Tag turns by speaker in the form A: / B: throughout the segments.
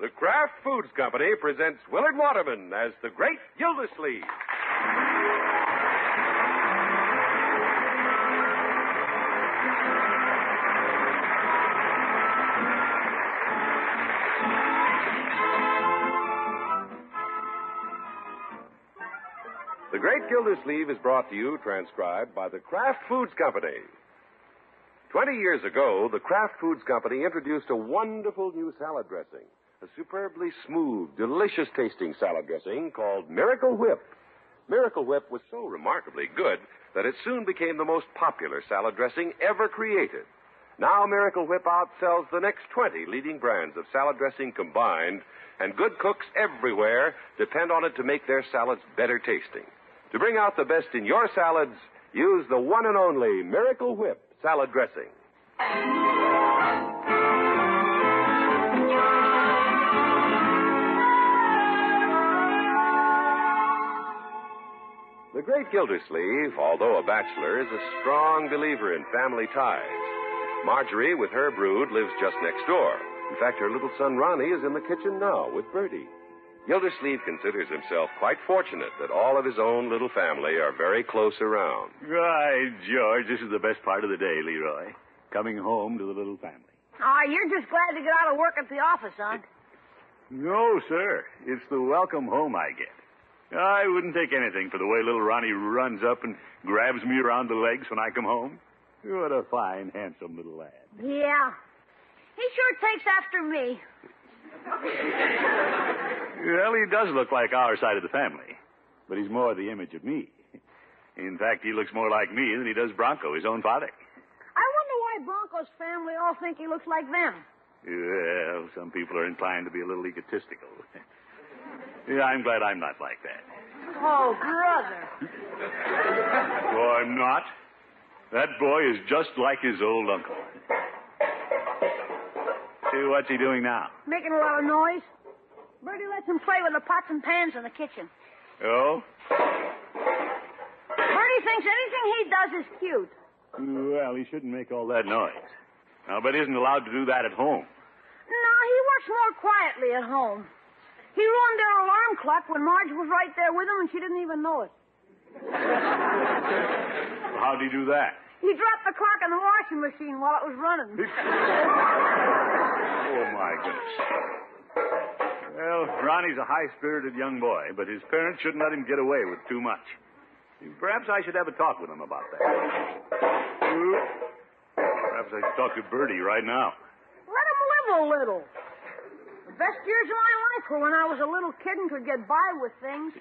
A: The Kraft Foods Company presents Willard Waterman as the great Gildersleeve. The Great Gildersleeve is brought to you, transcribed by the Kraft Foods Company. Twenty years ago, the Kraft Foods Company introduced a wonderful new salad dressing, a superbly smooth, delicious tasting salad dressing called Miracle Whip. Miracle Whip was so remarkably good that it soon became the most popular salad dressing ever created. Now, Miracle Whip outsells the next 20 leading brands of salad dressing combined, and good cooks everywhere depend on it to make their salads better tasting. To bring out the best in your salads, use the one and only Miracle Whip salad dressing. The great Gildersleeve, although a bachelor, is a strong believer in family ties. Marjorie, with her brood, lives just next door. In fact, her little son Ronnie is in the kitchen now with Bertie. Gildersleeve considers himself quite fortunate that all of his own little family are very close around.
B: Right, George. This is the best part of the day, Leroy. Coming home to the little family.
C: Oh, you're just glad to get out of work at the office, huh?
B: No, sir. It's the welcome home I get. I wouldn't take anything for the way little Ronnie runs up and grabs me around the legs when I come home. What a fine, handsome little lad.
C: Yeah. He sure takes after me.
D: Oh,
B: Well, he does look like our side of the family, but he's more the image of me. In fact, he looks more like me than he does Bronco, his own father.
C: I wonder why Bronco's family all think he looks like them.
B: Well, some people are inclined to be a little egotistical. yeah, I'm glad I'm not like that.
C: Oh, brother.
B: Oh, I'm not. That boy is just like his old uncle. Hey, what's he doing now?
C: Making a lot of noise. Bertie lets him play with the pots and pans in the kitchen.
B: Oh?
C: Bertie thinks anything he does is cute.
B: Well, he shouldn't make all that noise. Now, but isn't allowed to do that at home.
C: No, he works more quietly at home. He ruined their alarm clock when Marge was right there with him and she didn't even know it.
B: How'd he do that?
C: He dropped the clock in the washing machine while it was running.
B: Oh, my goodness. Well, Ronnie's a high spirited young boy, but his parents shouldn't let him get away with too much. Perhaps I should have a talk with him about that. Perhaps I should talk to Bertie right now.
C: Let him live a little. The best years of my life were when I was a little kid and could get by with things.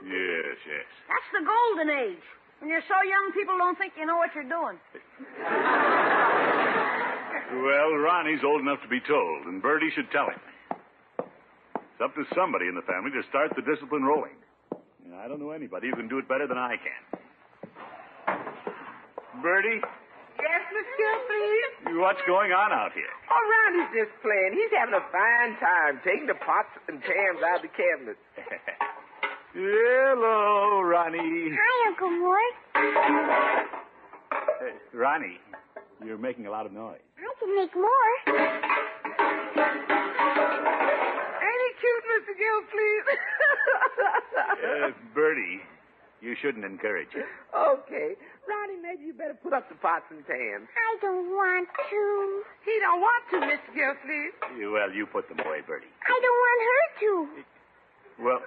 B: Yes, yes.
C: That's the golden age. When you're so young, people don't think you know what you're doing.
B: Well, Ronnie's old enough to be told, and Bertie should tell him. It's up to somebody in the family to start the discipline rolling. And I don't know anybody who can do it better than I can. Bertie,
D: Yes, Miss Gildersleeve.
B: what's going on out here?
D: Oh, Ronnie's just playing. He's having a fine time taking the pots and pans out of the cabinet.
B: Hello, Ronnie.
C: Hi, Uncle Mort.
B: Hey, Ronnie, you're making a lot of noise.
C: I can make more.
D: Ain't he cute, Mr. Gildersleeve?
B: Uh, Bertie, you shouldn't encourage it.
D: okay. Ronnie, maybe you better put up the pots and pans.
C: I don't want to.
D: He don't want to, Mr. Gildersleeve.
B: Well, you put them away, Bertie.
C: I don't want her to.
B: Well,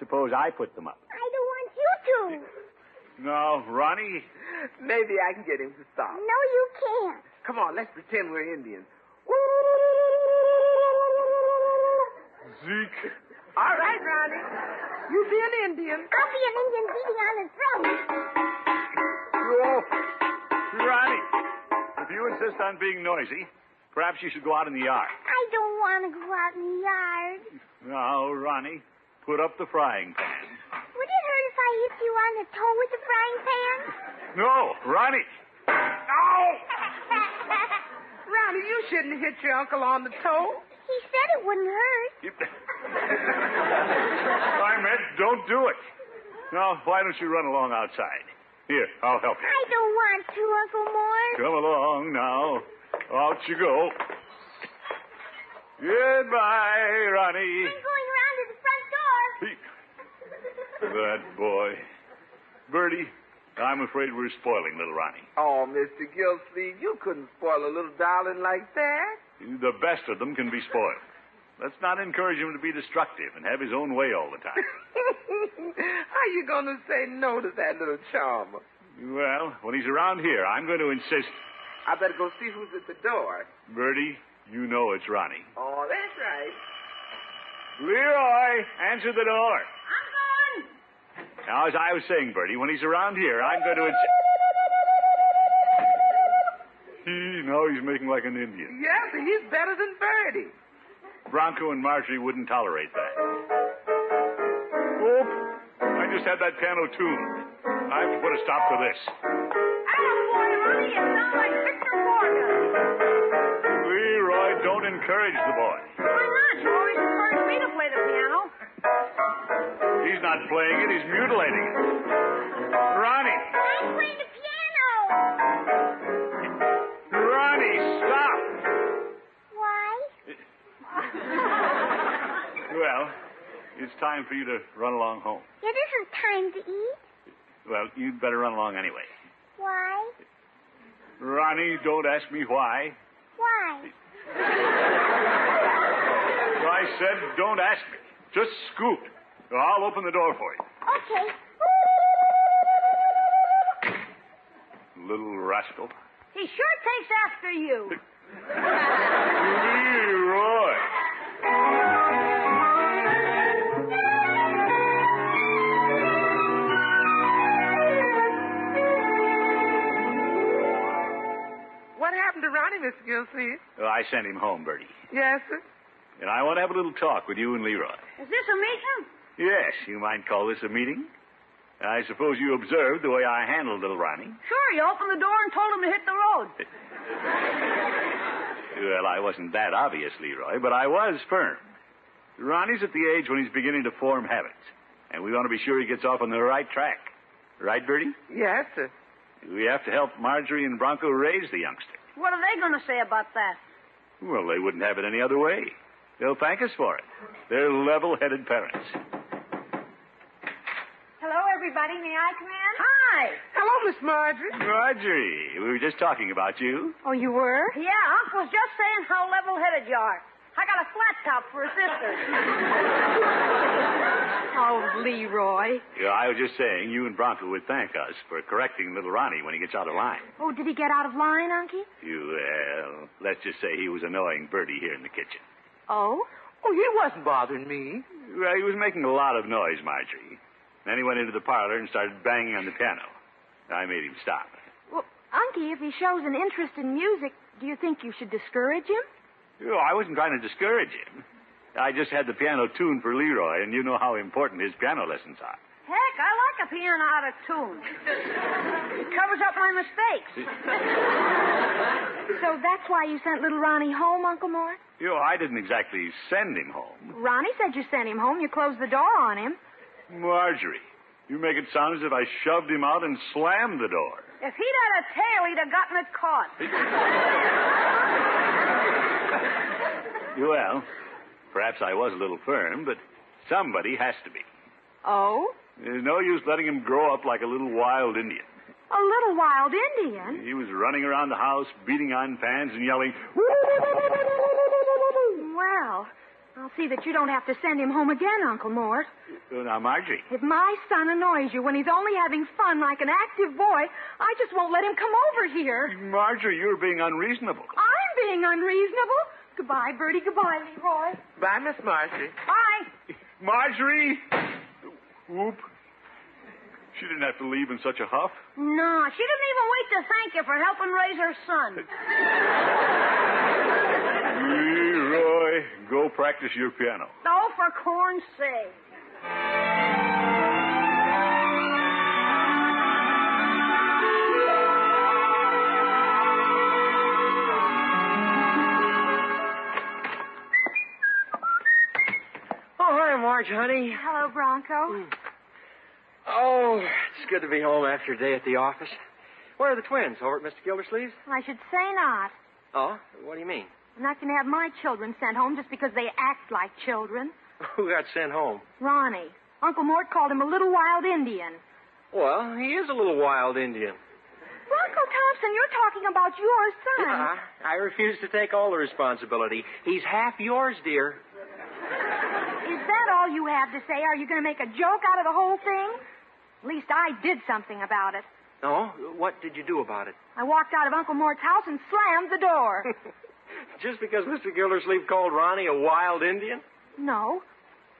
B: suppose I put them up.
C: I don't want you to.
B: No, Ronnie.
D: Maybe I can get him to stop.
C: No, you can't.
D: Come on, let's pretend we're Indians.
B: Zeke.
D: All right, Ronnie. You be an Indian.
C: I'll be an Indian beating on his throat.
B: Oh, Ronnie, if you insist on being noisy, perhaps you should go out in the yard.
C: I don't want to go out in the yard.
B: Now, Ronnie, put up the frying pan.
C: Would it hurt if I hit you on the toe with the frying pan?
B: No, Ronnie. Ow!
D: Ronnie, you shouldn't hit your uncle on the toe.
C: he said it wouldn't hurt.
B: I meant don't do it. Now, why don't you run along outside? Here, I'll help you.
C: I don't want to, Uncle Mort.
B: Come along now. Out you go. Goodbye, That boy. Bertie, I'm afraid we're spoiling little Ronnie.
D: Oh, Mr. Gillsleeve, you couldn't spoil a little darling like that.
B: The best of them can be spoiled. Let's not encourage him to be destructive and have his own way all the time.
D: How you going to say no to that little charmer?
B: well, when he's around here, I'm going to insist.
D: I better go see who's at the door.
B: Bertie, you know it's Ronnie.
D: Oh, that's right.
B: Leroy, answer the door.
C: I'm going.
B: Now, as I was saying, Bertie, when he's around here, I'm going to insist. He, now he's making like an Indian.
D: Yes, and he's better than Birdie.
B: Bronco and Marjorie wouldn't tolerate that. Whoop! I just had that piano tuned. I have to put a stop to this.
C: Attaboy, Ronnie, you sound like Victor Borges.
B: Leroy, don't encourage the boy.
C: Why not? You always encouraged me to play the piano.
B: He's not playing it, he's mutilating it. Ronnie!
C: I'm playing the piano.
B: Ronnie, stop!
C: Why?
B: Well, it's time for you to run along home.
E: It isn't time to eat.
B: Well, you'd better run along anyway.
E: Why?
B: Ronnie, don't ask me why.
E: Why?
B: I said, don't ask me. Just scoot. I'll open the door for you.
E: Okay.
B: Little rascal.
C: He sure takes after you.
B: Leroy!
D: What happened to Ronnie, Mr. Gillsleeve?
B: Well, I sent him home, Bertie.
D: Yes, sir.
B: And I want to have a little talk with you and Leroy.
C: Is this a meeting?
B: Yes, you might call this a meeting. I suppose you observed the way I handled little Ronnie.
C: Sure, you opened the door and told him to hit the road.
B: Well, I wasn't that obvious, Leroy, but I was firm. Ronnie's at the age when he's beginning to form habits. And we want to be sure he gets off on the right track. Right, Bertie?
D: Yes, sir.
B: We have to help Marjorie and Bronco raise the youngster.
C: What are they going to say about that?
B: Well, they wouldn't have it any other way. They'll thank us for it. They're level headed parents.
E: Hello, everybody. May I come in?
C: Hi.
D: Hello, Miss Marjorie.
B: Marjorie, we were just talking about you.
C: Oh, you were? Yeah, Unc was just saying how level-headed you are. I got a flat top for a sister. oh, Leroy.
B: Yeah, I was just saying you and Bronco would thank us for correcting little Ronnie when he gets out of line.
E: Oh, did he get out of line, Unky?
B: You, well, let's just say he was annoying Bertie here in the kitchen.
E: Oh?
D: Oh, he wasn't bothering me.
B: Well, he was making a lot of noise, Marjorie. Then he went into the parlor and started banging on the piano. I made him stop.
E: Well, Unky, if he shows an interest in music, do you think you should discourage him?
B: Oh, I wasn't trying to discourage him. I just had the piano tuned for Leroy, and you know how important his piano lessons are.
C: Heck, I like a piano out of tune. it covers up my mistakes.
E: So that's why you sent little Ronnie home, Uncle Mort?
B: You know, I didn't exactly send him home.
E: Ronnie said you sent him home. You closed the door on him.
B: Marjorie, you make it sound as if I shoved him out and slammed the door.
C: If he'd had a tail, he'd have gotten it caught.
B: Well, perhaps I was a little firm, but somebody has to be.
E: Oh?
B: There's no use letting him grow up like a little wild Indian.
E: A little wild Indian.
B: He was running around the house, beating on pans and yelling,
E: Well, I'll see that you don't have to send him home again, Uncle Mort.
B: "Oh, Now, Marjorie,
E: If my son annoys you when he's only having fun like an active boy, I just won't let him come over here.
B: Marjorie, you're being unreasonable.
E: I'm being unreasonable. Goodbye, Bertie. Goodbye, Leroy.
D: Bye, Miss Marjorie.
C: Bye.
B: Marjorie! Whoop. She didn't have to leave in such a huff.
C: No, she didn't even wait to thank you for helping raise her son.
B: Leroy, go practice your piano.
C: Oh, for corn's sake.
D: Oh, hi, Marge, honey. Hmm.
E: Hello, Bronco.
D: Oh, it's good to be home after a day at the office. Where are the twins? Over at Mr. Gildersleeve's?
E: I should say not.
D: Oh, what do you mean?
E: I'm not going to have my children sent home just because they act like children.
D: Who got sent home?
E: Ronnie. Uncle Mort called him a little wild Indian.
D: Well, he is a little wild Indian.
E: Well, Uncle Thompson, you're talking about your son.
D: Yeah, I refuse to take all the responsibility. He's half yours, dear.
E: Is that all you have to say? Are you going to make a joke out of the whole thing? At least I did something about it.
D: No? What did you do about it?
E: I walked out of Uncle Mort's house and slammed the door.
D: Just because Mr. Gildersleeve called Ronnie a wild Indian?
E: no.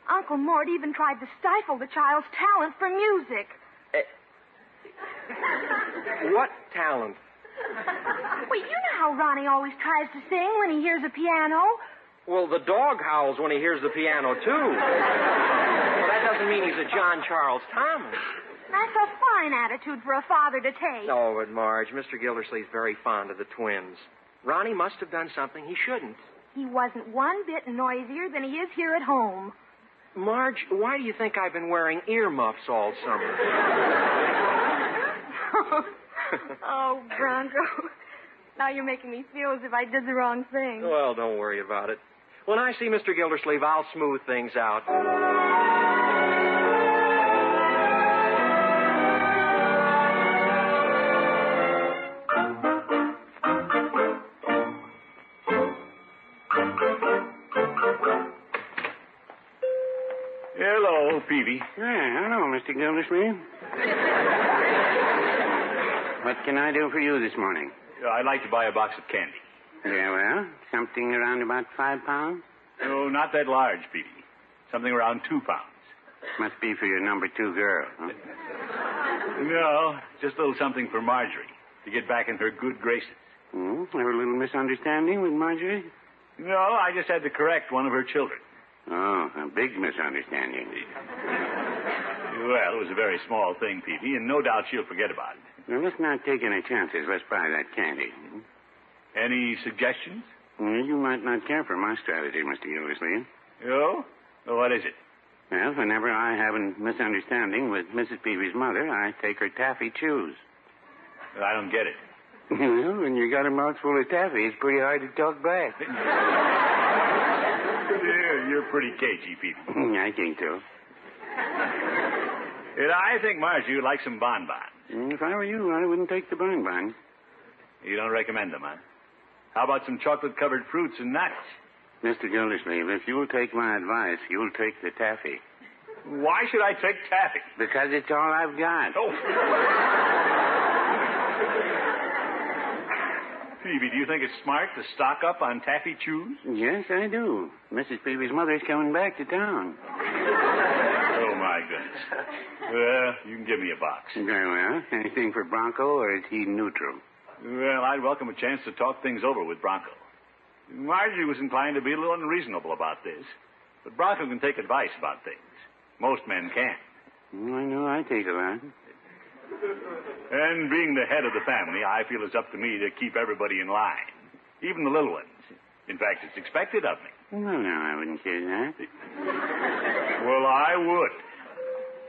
E: Uncle Mort even tried to stifle the child's talent for music.
D: What talent?
E: Well, you know how Ronnie always tries to sing when he hears a piano.
D: Well, the dog howls when he hears the piano, too. well, that doesn't mean he's a John Charles Thomas.
E: That's a fine attitude for a father to take.
D: No, but Marge, Mr. Gildersleeve's very fond of the twins. Ronnie must have done something he shouldn't.
E: He wasn't one bit noisier than he is here at home.
D: Marge, why do you think I've been wearing earmuffs all summer?
E: oh, Bronco. Now you're making me feel as if I did the wrong thing.
D: well, don't worry about it. When I see Mr. Gildersleeve, I'll smooth things out.
B: Hello, Peavy.
F: hello, Mr. Gildersleeve. what can I do for you this morning?
B: I'd like to buy a box of candy.
F: Yeah, well, something around about five pounds.
B: No, not that large, Peavy. Something around two pounds.
F: Must be for your number two girl. Huh?
B: No, just a little something for Marjorie to get back in her good graces.
F: Hmm? Have a little misunderstanding with Marjorie?
B: No, I just had to correct one of her children.
F: Oh, a big misunderstanding.
B: Well, it was a very small thing, Peavy, and no doubt she'll forget about it.
F: Now, let's not take any chances. Let's buy that candy. hmm?
B: Any suggestions?
F: Well, you might not care for my strategy, Mr. Gildersleeve.
B: No? Well, what is it?
F: Well, whenever I have a misunderstanding with Mrs. Peavy's mother, I take her taffy chews.
B: I don't get it.
F: Well, when you got a mouth full of taffy, it's pretty hard to talk back.
B: You're, you're pretty cagey, Peavy.
F: Hmm, I think so.
B: And I think Marjorie would like some bonbons.
F: Hmm, If I were you, I wouldn't take the bonbon.
B: You don't recommend them, huh? How about some chocolate covered fruits and nuts?
F: Mr. Gildersleeve, if you'll take my advice, you'll take the taffy.
B: Why should I take taffy?
F: Because it's all I've got.
B: Oh. Phoebe, do you think it's smart to stock up on taffy chews?
F: Yes, I do. Mrs. Peavy's mother's coming back to town.
B: Oh, my goodness. Well, you can give me a box.
F: Very well. Anything for Bronco, or is he neutral?
B: Well, I'd welcome a chance to talk things over with Bronco. Marjorie was inclined to be a little unreasonable about this, but Bronco can take advice about things. Most men can.
F: Well, Hmm, I know I take a lot.
B: And being the head of the family, I feel it's up to me to keep everybody in line, even the little ones. In fact, it's expected of me.
F: No, no, I wouldn't say that.
B: Well, I would.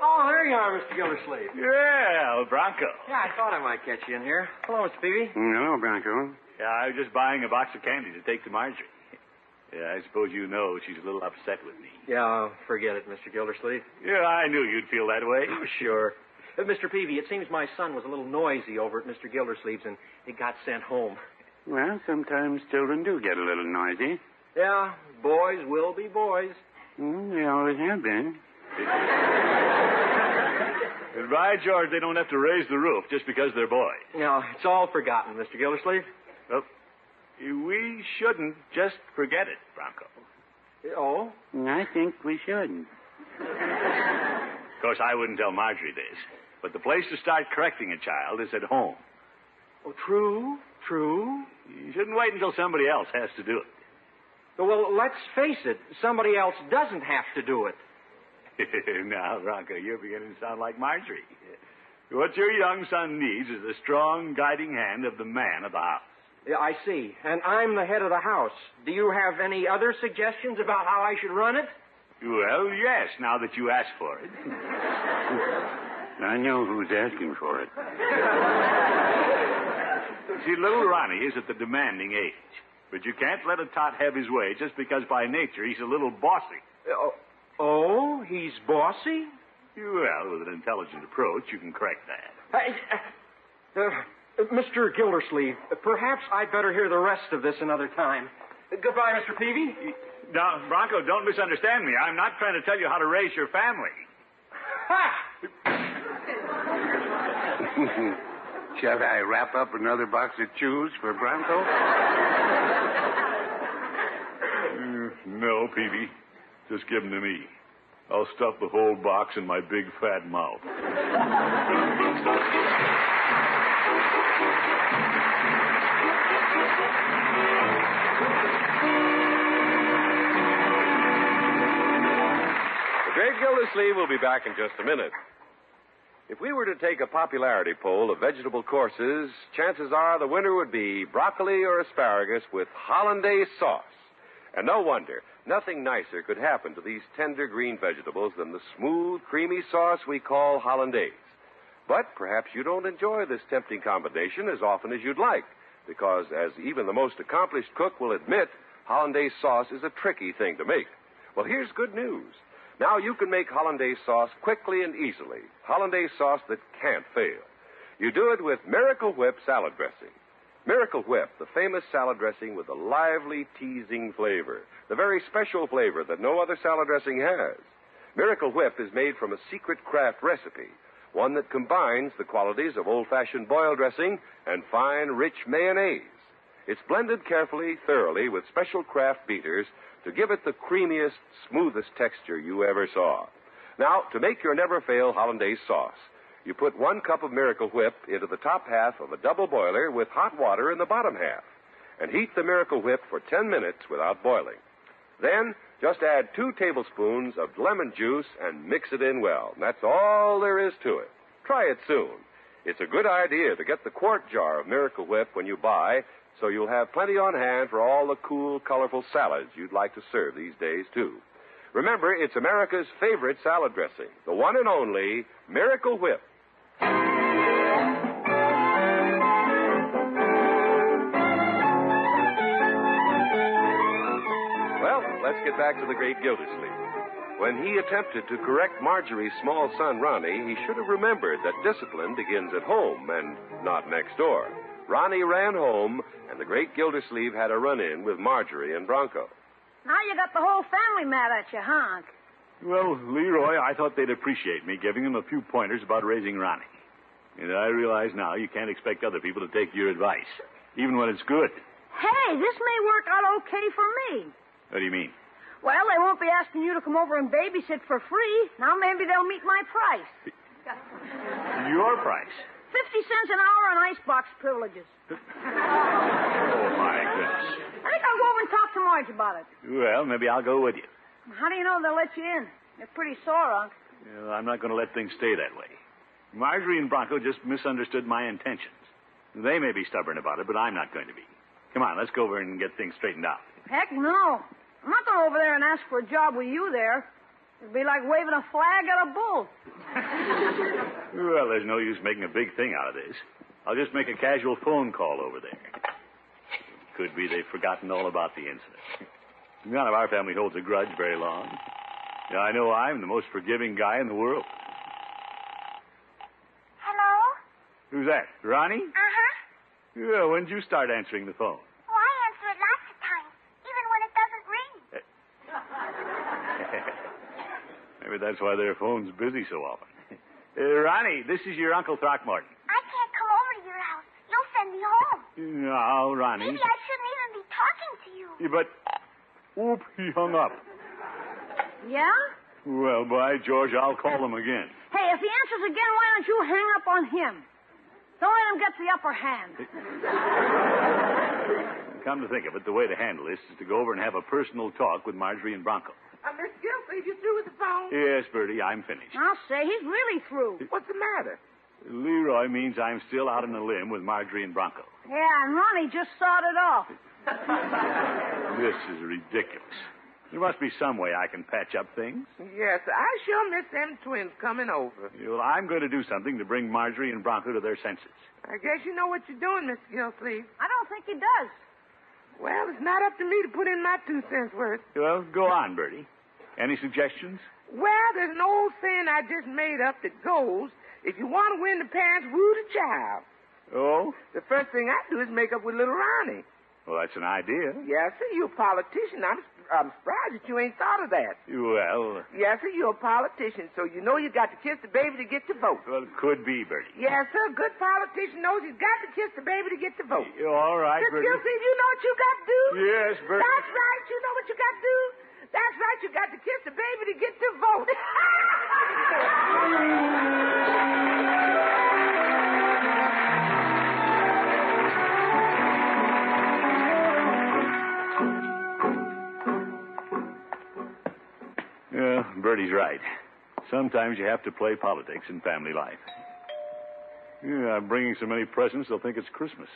D: Oh, there you are, Mr. Gildersleeve.
B: Yeah, Bronco.
D: Yeah, I thought I might catch you in here. Hello, Mr. Peavy.
F: Hello, Bronco.
B: Yeah, I was just buying a box of candy to take to Marjorie. Yeah, I suppose you know she's a little upset with me.
D: Yeah, forget it, Mr. Gildersleeve.
B: Yeah, I knew you'd feel that way.
D: Oh, sure. Uh, Mr. Peavy, it seems my son was a little noisy over at Mr. Gildersleeve's, and he got sent home.
F: Well, sometimes children do get a little noisy.
D: Yeah, boys will be boys.
F: Mm, they always have been.
B: And by George, they don't have to raise the roof just because they're boys.
D: No, it's all forgotten, Mr. Gildersleeve.
B: Well, we shouldn't just forget it, Bronco.
D: Oh?
F: I think we should.
B: Of course, I wouldn't tell Marjorie this, but the place to start correcting a child is at home.
D: oh true, true.
B: You shouldn't wait until somebody else has to do
D: Well, let's face it, somebody else doesn't have to do it.
B: it. now, Bronco, you're beginning to sound like Marjorie. What your young son needs is the strong guiding hand of the man of the house.
D: Yeah, I see. And I'm the head of the house. Do you have any other suggestions about how I should run it?
B: Well, yes, now that you ask for it.
F: I know who's asking for it.
B: See, little Ronnie is at the demanding age, but you can't let a tot have his way just because by nature he's a little bossy.
D: Oh, oh he's bossy?
B: Well, with an intelligent approach, you can correct that.
D: Hey, uh, uh, Mr. Gildersleeve, perhaps I'd better hear the rest of this another time. Uh, Goodbye, Mr. Peavy.
B: Now, Bronco, don't misunderstand me. I'm not trying to tell you how to raise your family.
D: Ha!
F: Shall I wrap up another box of chews for Bronco?
B: Mm, No, Peavy. Just give them to me. I'll stuff the whole box in my big fat mouth.
A: The great Gildersleeve will be back in just a minute. If we were to take a popularity poll of vegetable courses, chances are the winner would be broccoli or asparagus with hollandaise sauce. And no wonder, nothing nicer could happen to these tender green vegetables than the smooth, creamy sauce we call hollandaise. But perhaps you don't enjoy this tempting combination as often as you'd like, because as even the most accomplished cook will admit, hollandaise sauce is a tricky thing to make. Well, here's good news. Now you can make hollandaise sauce quickly and easily. Hollandaise sauce that can't fail. You do it with Miracle Whip salad dressing. Miracle Whip, the famous salad dressing with a lively, teasing flavor, the very special flavor that no other salad dressing has. Miracle Whip is made from a secret craft recipe, one that combines the qualities of old fashioned boil dressing and fine, rich mayonnaise. It's blended carefully, thoroughly with special craft beaters to give it the creamiest, smoothest texture you ever saw. Now, to make your never fail hollandaise sauce, you put one cup of Miracle Whip into the top half of a double boiler with hot water in the bottom half, and heat the Miracle Whip for 10 minutes without boiling. Then, just add two tablespoons of lemon juice and mix it in well. And that's all there is to it. Try it soon. It's a good idea to get the quart jar of Miracle Whip when you buy, so you'll have plenty on hand for all the cool, colorful salads you'd like to serve these days, too. Remember, it's America's favorite salad dressing, the one and only Miracle Whip. Well, let's get back to the great Gildersleeve. When he attempted to correct Marjorie's small son, Ronnie, he should have remembered that discipline begins at home and not next door. Ronnie ran home, and the great Gildersleeve had a run in with Marjorie and Bronco.
C: Now you got the whole family mad at you, huh?
B: Well, Leroy, I thought they'd appreciate me giving them a few pointers about raising Ronnie. And I realize now you can't expect other people to take your advice, even when it's good.
C: Hey, this may work out okay for me.
B: What do you mean?
C: Well, they won't be asking you to come over and babysit for free. Now maybe they'll meet my price.
B: Your price.
C: Fifty cents an hour on icebox privileges.
B: Oh, my
C: I think I'll go over and talk to Marge about it.
B: goodness. Well, maybe I'll go with you.
C: How do you know they'll let you in? They're pretty sore, Unc.
B: Well, I'm not going to let things stay that way. Marjorie and Bronco just misunderstood my intentions. They may be stubborn about it, but I'm not going to be. Come on, let's go over and get things straightened out.
C: Heck no. I'm not going over there and ask for a job with you there. It'd be like waving a flag at a bull.
B: Well, there's no use making a big thing out of this. I'll just make a casual phone call over there. Could be they've forgotten all about the incident. None of our family holds a grudge very long. Yeah, I know I'm the most forgiving guy in the world.
E: Hello?
B: Who's that? Ronnie?
E: Uh-huh.
B: Yeah, when did you start answering the phone?
E: Well, I answer it lots of times, even when it doesn't ring.
B: Maybe that's why their phone's busy so often. Uh, Ronnie, this is your Uncle Throckmorton.
E: I can't come over to your house. You'll send me home.
B: No, Ronnie.
E: Maybe I shouldn't even be talking to you.
B: But, oop, he hung up.
C: Yeah?
B: Well, by George, I'll call him again.
C: Hey, if he answers again, why don't you hang up on him? Don't let him get the upper hand.
B: Come to think of it, the way to handle this is to go over and have a personal talk with Marjorie and Bronco.
G: Uh, Miss Gildersleeve, you through with the phone?
B: Yes, Bertie, I'm finished.
C: I'll say he's really through.
G: What's the matter?
B: Leroy means I'm still out on a limb with Marjorie and Bronco.
C: Yeah, and Ronnie just sawed it off.
B: This is ridiculous. There must be some way I can patch up things.
G: Yes, I sure miss them twins coming over.
B: Well, I'm going to do something to bring Marjorie and Bronco to their senses.
G: I guess you know what you're doing, Miss Gildersleeve.
C: I don't think he does.
G: Well, it's not up to me to put in my two cents worth.
B: Well, go on, Bertie. Any suggestions?
G: Well, there's an old saying I just made up that goes, if you want to win the parents, woo the child.
B: Oh?
G: The first thing I do is make up with little Ronnie.
B: Well, that's an idea.
G: Yes, sir, you're a politician. I'm, I'm surprised that you ain't thought of that.
B: Well,
G: Yes, sir, you're a politician, so you know you got to kiss the baby to get the vote.
B: well, could be, Bertie.
G: Yes, sir, a good politician knows he's got to kiss the baby to get the vote.
B: All right,
G: Mr.
B: Bertie.
G: Gilsey, you know what you got to do?
B: Yes, Bertie.
G: That's right, you know what you got to do? That's right, you got to kiss the baby to get the vote.
B: Yeah, Bertie's right. Sometimes you have to play politics in family life. Yeah, I'm bringing so many presents they'll think it's Christmas.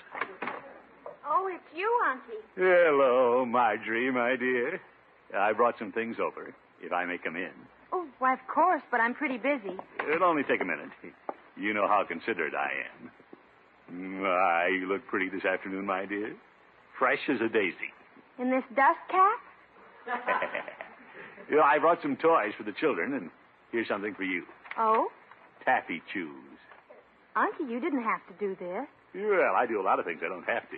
E: Oh, it's you, Auntie.
B: Hello, Marjorie, my dear. I brought some things over, if I may come in.
E: Oh, why, of course, but I'm pretty busy.
B: It'll only take a minute. You know how considerate I am. My, you look pretty this afternoon, my dear. Fresh as a daisy.
E: In this dust cap?
B: You know, I brought some toys for the children, and here's something for you.
E: Oh,
B: Taffy chews.
E: Auntie, you didn't have to do this.
B: Well, I do a lot of things I don't have to.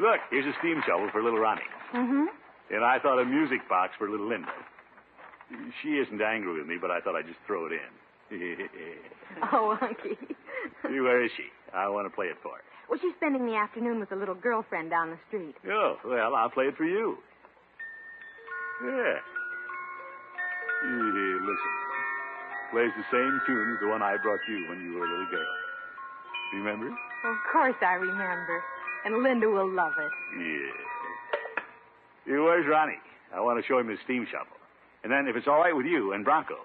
B: Look, here's a steam shovel for little Ronnie.
E: Mm-hmm.
B: And I thought a music box for little Linda. She isn't angry with me, but I thought I'd just throw it in.
E: Oh, Unky.
B: Where is she? I want to play it for her.
E: well, she's spending the afternoon with a little girlfriend down the street.
B: Oh, well, I'll play it for you. Yeah. Yeah, Listen. Plays the same tune as the one I brought you when you were a little girl. Remember?
E: Of course I remember. And Linda will love it.
B: Yeah. Hey, Where's Ronnie? I want to show him his steam shovel. And then, if it's all right with you and Bronco,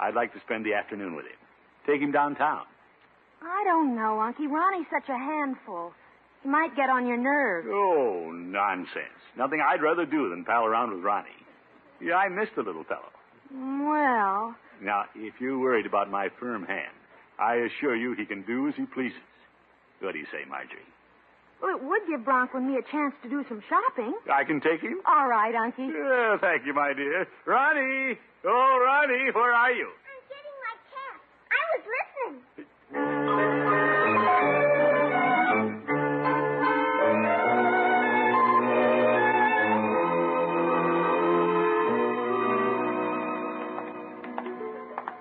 B: I'd like to spend the afternoon with him. Take him downtown.
E: I don't know, Unky. Ronnie's such a handful. He might get on your nerves.
B: Oh, nonsense. Nothing I'd rather do than pal around with Ronnie. Yeah, I miss the little fellow.
E: Well,
B: Now, if you're worried about my firm hand, I assure you he can do as he pleases. What do you say, Marjorie?
E: well, it would give Bronco and me a chance to do some shopping.
B: I can take him?
E: All right, Unky.
B: Yeah, thank you, my dear. Ronnie! Oh, Ronnie, where are you?
H: I'm getting my cap. I was listening.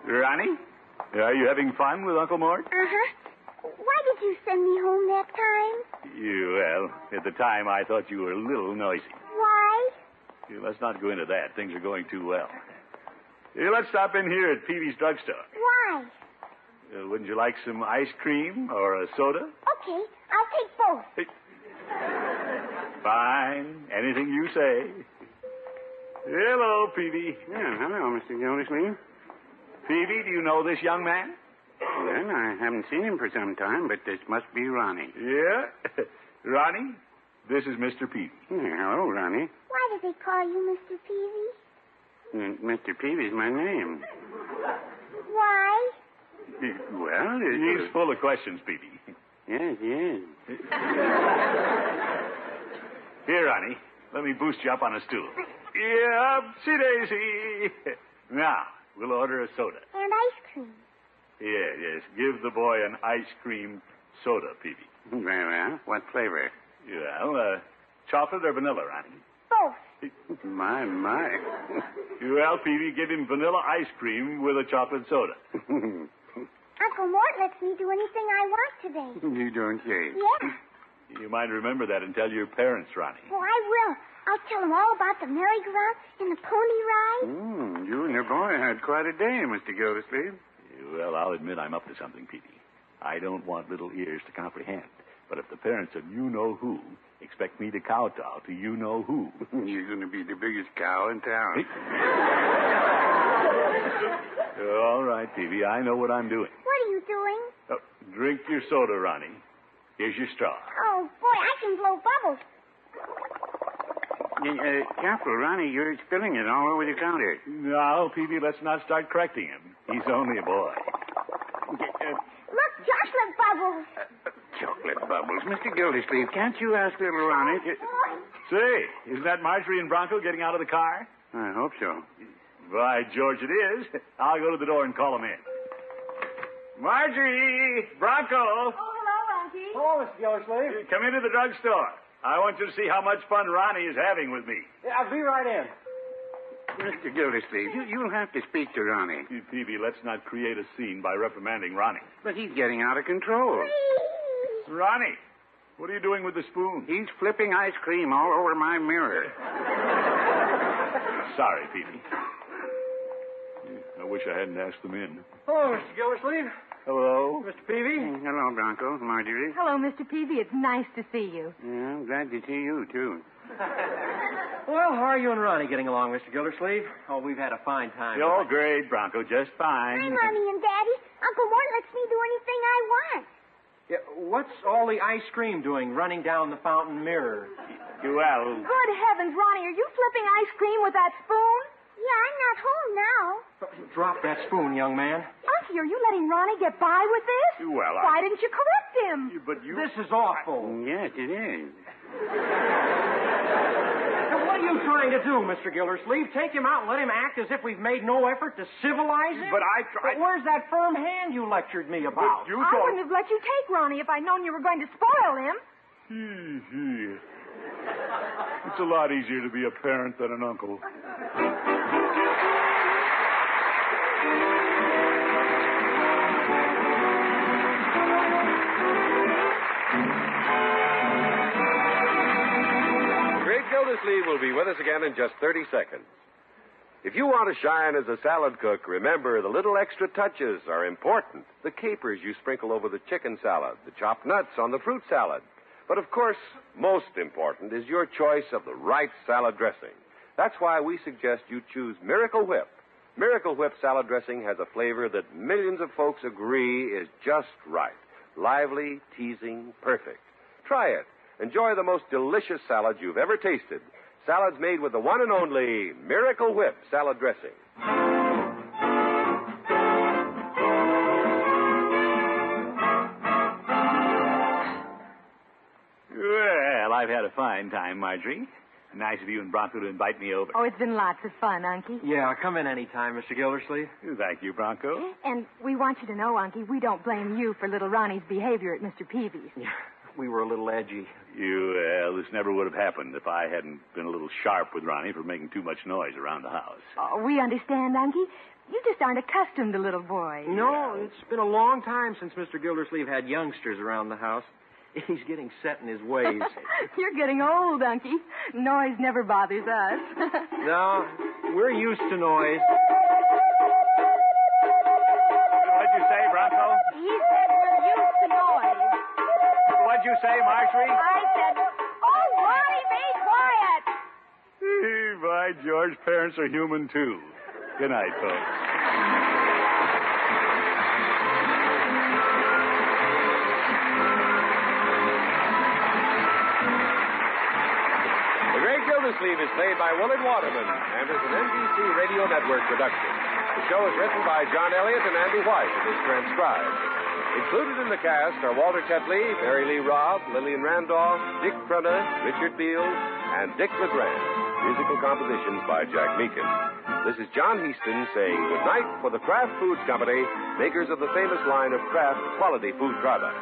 B: Ronnie? Are you having fun with Uncle Mort?
H: Uh huh. Why did you send me home that time?
B: You, well, at the time I thought you were a little noisy.
H: Why?
B: Yeah, Let's not go into that. Things are going too well. Yeah, let's stop in here at Peavy's drugstore.
H: Why?
B: Uh, wouldn't you like some ice cream or a soda?
H: Okay, I'll take both.
B: Fine. Anything you say. Hello, Peavy.
F: Yeah, hello, Mr. Gildersleeve.
B: Peavy, do you know this young man?
F: Well, I haven't seen him for some time, but this must be Ronnie.
B: Yeah. Ronnie, this is Mr. Peavy.
F: Yeah, hello, Ronnie.
H: Why do they call you Mr. Peavy?
F: Uh, Mr. Peavy's my name.
H: Why?
F: Well, it-
B: He's full of questions, Peavy.
F: yes, yes.
B: Here, Ronnie, let me boost you up on a stool. Yep, see Daisy. Now, we'll order a soda.
H: And ice cream.
B: Yeah, yes. Give the boy an ice cream soda, Peavy.
F: Very well. What flavor?
B: Well, uh, chocolate or vanilla, Ronnie?
H: Both.
F: My, my.
B: Well, Peavy, give him vanilla ice cream with a chocolate soda.
H: Uncle Mort lets me do anything I want today.
F: you don't say.
H: Yeah.
B: You might remember that and tell your parents, Ronnie.
H: Well, I will. I'll tell them all about the merry-go-round and the pony ride.
F: Mm, you and your boy had quite a day, Mr. Gildersleeve.
B: Well, I'll admit I'm up to something, Peavy. I don't want little ears to comprehend. But if the parents of you know who expect me to kowtow to you know who,
F: You're going to be the biggest cow in town.
B: all right, Peavy, I know what I'm doing.
H: What are you doing?
B: Oh, drink your soda, Ronnie. Here's your straw.
H: Oh, boy, I can blow bubbles.
F: Uh, uh, careful, Ronnie. You're spilling it all over the counter.
B: Now, Peavy, let's not start correcting him. He's only a boy.
H: Look, chocolate bubbles.
F: Uh, Chocolate bubbles. Mr. Gildersleeve, can't you ask little Ronnie to...
H: Boy.
B: Say, isn't that Marjorie and Bronco getting out of the car?
F: I hope so.
B: By George, it is. I'll go to the door and call him in. Marjorie! Bronco!
H: Oh, hello, Unky.
D: Hello, Mr. Gildersleeve.
B: Come into the drugstore. I want you to see how much fun Ronnie is having with me.
D: Yeah, I'll be right in.
F: Mr. Gildersleeve, you, you'll have to speak to Ronnie.
B: Peavy, let's not create a scene by reprimanding Ronnie.
F: But he's getting out of control.
B: Ronnie, what are you doing with the spoon?
F: He's flipping ice cream all over my mirror.
B: Sorry, Peavy. I wish I hadn't asked them in.
D: Hello, Mr. Gildersleeve.
B: Hello?
D: Mr. Peavy.
F: Hello, Bronco. Marjorie.
E: Hello, Mr. Peavy. It's nice to see you.
F: Yeah, I'm glad to see you, too.
D: Well, how are you and Ronnie getting along, Mr. Gildersleeve? Oh, we've had a fine time.
B: You're great, Bronco. Just
H: Hi,
B: fine.
H: Mommy and Daddy. Uncle Mort lets me do anything I want.
D: Yeah, what's all the ice cream doing running down the fountain mirror?
B: Well,
E: Good heavens, Ronnie, are you flipping ice cream with that spoon?
H: Yeah, I'm not home now.
D: Drop that spoon, young man.
E: Unky, are you letting Ronnie get by with this?
B: well, I.
E: Why didn't you correct him?
B: But you.
D: This is awful.
F: Yes, it is.
D: Now, What are you trying to do, Mr. Gildersleeve? Take him out and let him act as if we've made no effort to civilize him?
B: But I tried.
D: But where's that firm hand you lectured me about?
B: But you
E: I
B: told.
E: wouldn't have let you take Ronnie if I'd known you were going to spoil him.
B: it's a lot easier to be a parent than an uncle.
A: Great Gildersleeve will be with us again in just 30 seconds. If you want to shine as a salad cook, remember the little extra touches are important. The capers you sprinkle over the chicken salad, the chopped nuts on the fruit salad. But of course, most important is your choice of the right salad dressing. That's why we suggest you choose Miracle Whip. Miracle Whip salad dressing has a flavor that millions of folks agree is just right. Lively, teasing, perfect. Try it. Enjoy the most delicious salad you've ever tasted. Salads made with the one and only Miracle Whip salad dressing.
B: Well, I've had a fine time, Marjorie. Nice of you and Bronco to invite me over.
E: Oh, it's been lots of fun, Unky.
D: Yeah, come in any time, Mr. Gildersleeve.
B: Thank you, Bronco.
E: And we want you to know, Unky, we don't blame you for little Ronnie's behavior at Mr. Peavy's.
D: Yeah, we were a little edgy.
B: You, well, this never would have happened if I hadn't been a little sharp with Ronnie for making too much noise around the house.
E: Oh, we understand, Unky. You just aren't accustomed to little boys.
D: No, it's been a long time since Mr. Gildersleeve had youngsters around the house. He's getting set in his ways.
E: You're getting old, Unky. Noise never bothers us.
D: no, we're used to noise.
B: What'd you say, Bronco?
E: he said we're used to noise.
B: What'd you say, Marjorie?
E: I said, oh, Ronnie, be quiet.
B: By George, parents are human, too. Good night, folks.
A: The Great Gildersleeve is played by Willard Waterman and is an NBC Radio Network production. The show is written by John Elliott and Andy White and is transcribed. Included in the cast are Walter Tetley, Mary Lee Robb, Lillian Randolph, Dick Prunner, Richard Beals, and Dick LeGrand. Musical compositions by Jack Meakin. This is John Heaston saying good night for the Kraft Foods Company, makers of the famous line of Kraft quality food products.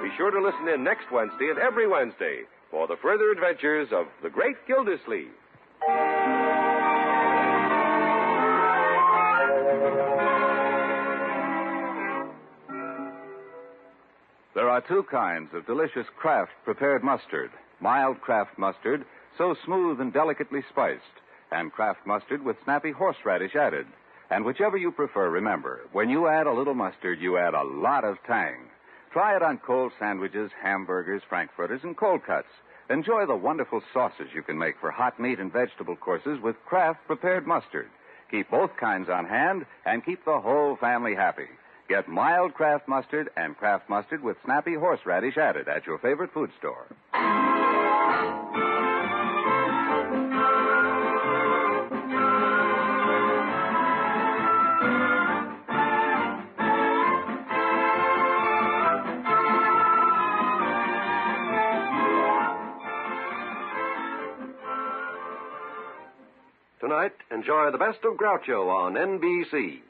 A: Be sure to listen in next Wednesday and every Wednesday for the further adventures of the Great Gildersleeve.
I: There are two kinds of delicious Kraft prepared mustard mild Kraft mustard, so smooth and delicately spiced, and Kraft mustard with snappy horseradish added. And whichever you prefer, remember, when you add a little mustard, you add a lot of tang. Try it on cold sandwiches, hamburgers, frankfurters, and cold cuts. Enjoy the wonderful sauces you can make for hot meat and vegetable courses with Kraft prepared mustard. Keep both kinds on hand and keep the whole family happy. Get mild Kraft mustard and Kraft mustard with snappy horseradish added at your favorite food store.
A: night, enjoy the best of Groucho on NBC.